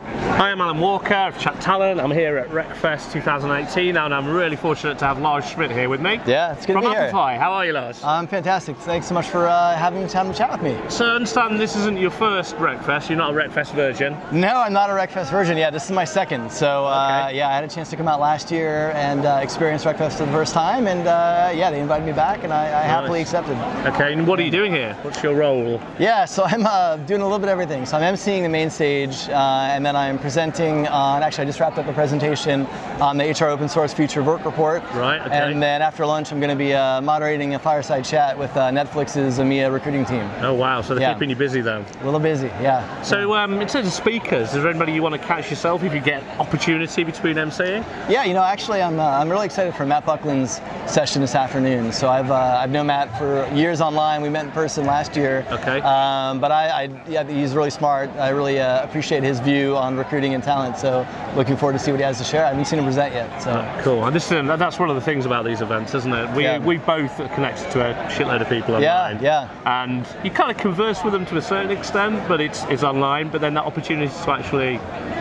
Hi, I'm Alan Walker of Chat Talent. I'm here at RecFest 2018 and I'm really fortunate to have Lars Schmidt here with me. Yeah, it's good From to be here. Amplify. How are you, Lars? I'm fantastic. Thanks so much for uh, having the time to chat with me. so, I understand this isn't your first RecFest, you're not a RecFest virgin. No, I'm not a Wreckfest version. Yeah, this is my second. So uh, Okay. yeah, I had a chance to come out last year and uh, experience Wreckfest for the first time, and uh, yeah, they invited me back, and I, I happily accepted. Okay, and what are you doing here? What's your role? Yeah, so I'm uh, doing a little bit of everything. So I'm emceeing the main stage, uh, and then I'm presenting on. Actually, I just wrapped up a presentation on the HR Open Source Future Work Report. Right, okay. And then after lunch, I'm going to be uh, moderating a fireside chat with uh, Netflix's EMEA recruiting team. Oh, wow, so they're Yeah. keeping you busy though. A little busy, yeah. So, um, in terms of speakers, is there anybody you want to catch yourself if you get opportunity between MCing? Yeah, you know, actually, I'm, uh, I'm really excited for Matt Buckland's session this afternoon. So I've uh, I've known Matt for years online. We met in person last year. Okay. Um, but I, I yeah, I think he's really smart. I really uh, appreciate his view on recruiting and talent. So looking forward to see what he has to share. I haven't seen him present yet. So. Cool, and this is, that's one of the things about these events, isn't it? We Yeah. we both are connected to a shitload of people Yeah, online. yeah. And you kind of converse with them to a certain extent, but it's it's online. But then that opportunity to actually,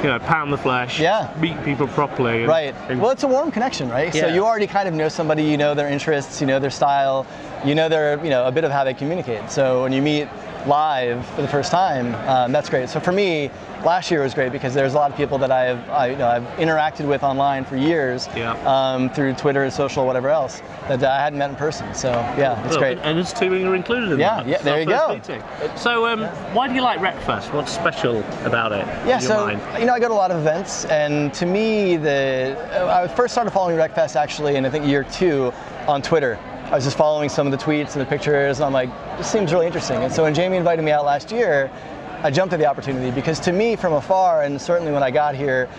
you know, pound the flesh, Yeah. meet people properly, and, Right. and- Well, it's a warm connection, right? So Yeah. you already kind of know somebody, you know their interests, you know their style, you know their, you know, a bit of how they communicate. So when you meet live for the first time, um, that's great. So for me, last year was great because there's a lot of people that I've, I, you know, I've interacted with online for years Yeah. um, through Twitter, social, whatever else that I hadn't met in person. So yeah, it's Look, great. And us two are included in Yeah, that. yeah, It's our there you first go. meeting. So, um, why do you like Wreckfest? What's special about it? Yeah, in your so mind? you know, I go to a lot of events, and to me, the I first started following Wreckfest actually in I think year two on Twitter. I was just following some of the tweets and the pictures, and I'm like, this seems really interesting. And so when Jamie invited me out last year, I jumped at the opportunity because to me, from afar, and certainly when I got here,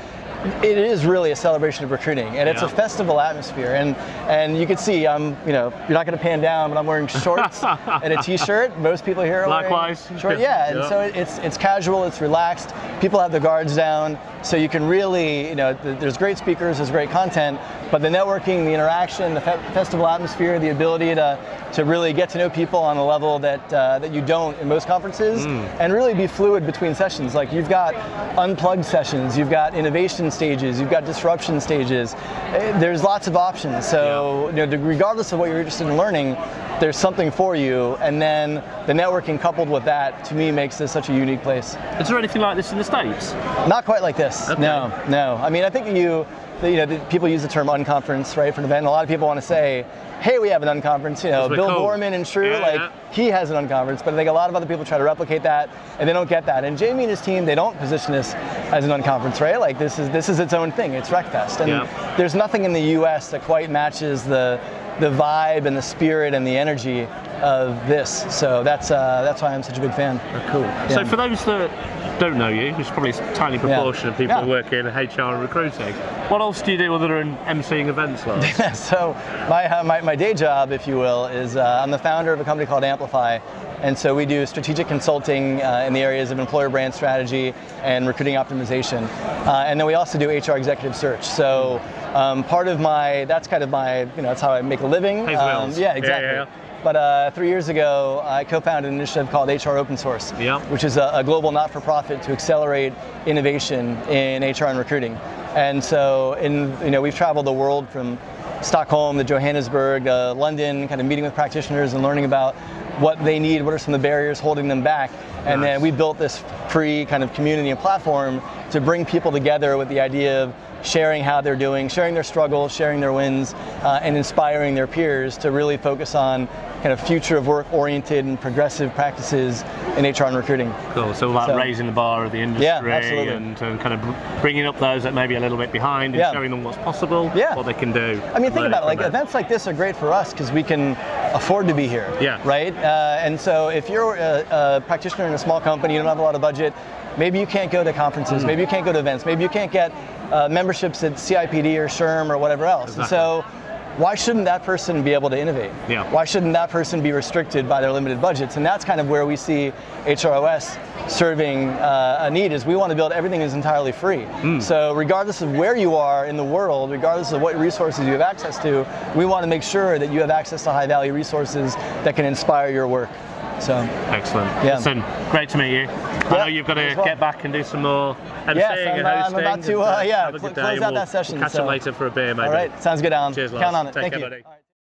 it is really a celebration of recruiting, and it's a Yeah. festival atmosphere. And and you can see, I'm you know, you're not going to pan down, but I'm wearing shorts and a t-shirt. Most people here are wearing Likewise. short- yeah, and Yeah. so it's it's casual, it's relaxed. People have their guards down, so you can really, you know, th- there's great speakers, there's great content, but the networking, the interaction, the fe- festival atmosphere, the ability to to really get to know people on a level that uh, that you don't in most conferences, and really be fluid between sessions. Like you've got unplugged sessions, you've got innovation stages, you've got disruption stages. Eh, There's lots of options. So you know, to- regardless of what you're interested in learning, there's something for you. And then the networking coupled with that, to me, makes this such a unique place. Is there anything like this in the states? Not quite like this. Okay. No, no. I mean, I think you, the- you know, the, people use the term unconference, right, for an event. And a lot of people want to say, "Hey, we have an unconference." You know, That's what Bill they call it. Borman and Shrew, Yeah, like yeah. he has an unconference, but I think a lot of other people try to replicate that, and they don't get that. And Jamie and his team, they don't position this as an unconference, right? Like this is this is its own thing. It's Wreckfest, and Yeah. there's nothing in the U.S. that quite matches the the vibe and the spirit and the energy of this. So that's uh, that's why I'm such a big fan. Cool. So Yeah. for those that don't know you, which is probably a tiny proportion of people Yeah. who work in HR and recruiting, what else do you do other than emceeing events, Lars? so my, uh, my, my day job, if you will, is uh, I'm the founder of a company called Amplify. And so we do strategic consulting uh, in the areas of employer brand strategy and recruiting optimization. Uh, and then we also do HR executive search. So um, part of my, that's kind of my, you know, that's how I make a living. Um, Pays the bills. yeah, Yeah, exactly. yeah, yeah. But uh, three years ago, I co-founded an initiative called HR Open Source, Yeah. which is a, a global not-for-profit to accelerate innovation in HR and recruiting. And so, in you know, we've traveled the world from Stockholm to Johannesburg, uh, London, kind of meeting with practitioners and learning about what they need, what are some of the barriers holding them back, and Nice. then we built this free kind of community and platform to bring people together with the idea of sharing how they're doing, sharing their struggles, sharing their wins, uh, and inspiring their peers to really focus on kind of future of work oriented and progressive practices in HR and recruiting. Cool. So about So- raising the bar of the industry absolutely. and, and kind of br- bringing up those that may be a little bit behind and Yeah. showing them what's possible, Yeah. what they can do. I mean, think about it. Like events like this are great for us because we can afford to be here. Yeah. Right. Uh, and so if you're a, a practitioner in a small company, you don't have a lot of budget. Maybe you can't go to conferences. Mm. Maybe you can't go to events. Maybe you can't get uh, memberships at CIPD or SHRM or whatever else. And Exactly. so. Why shouldn't that person be able to innovate? Yeah. Why shouldn't that person be restricted by their limited budgets? And that's kind of where we see HROS serving uh, a need is we want to build everything is entirely free. Mm. So regardless of where you are in the world, regardless of what resources you have access to, we want to make sure that you have access to high value resources that can inspire your work. So Excellent. Yeah. Listen, great to meet you. I Yeah, know you've got you to as well. get back and do some more emceeing Yes, and I'm, uh, I'm hosting. about to, and, uh, yeah, have a cl- good day close and out we'll that session, Catch so- up later for a beer, maybe. all right, sounds good, Alan. Cheers, Count Lars. on it. Take Thank care, you. buddy. All right.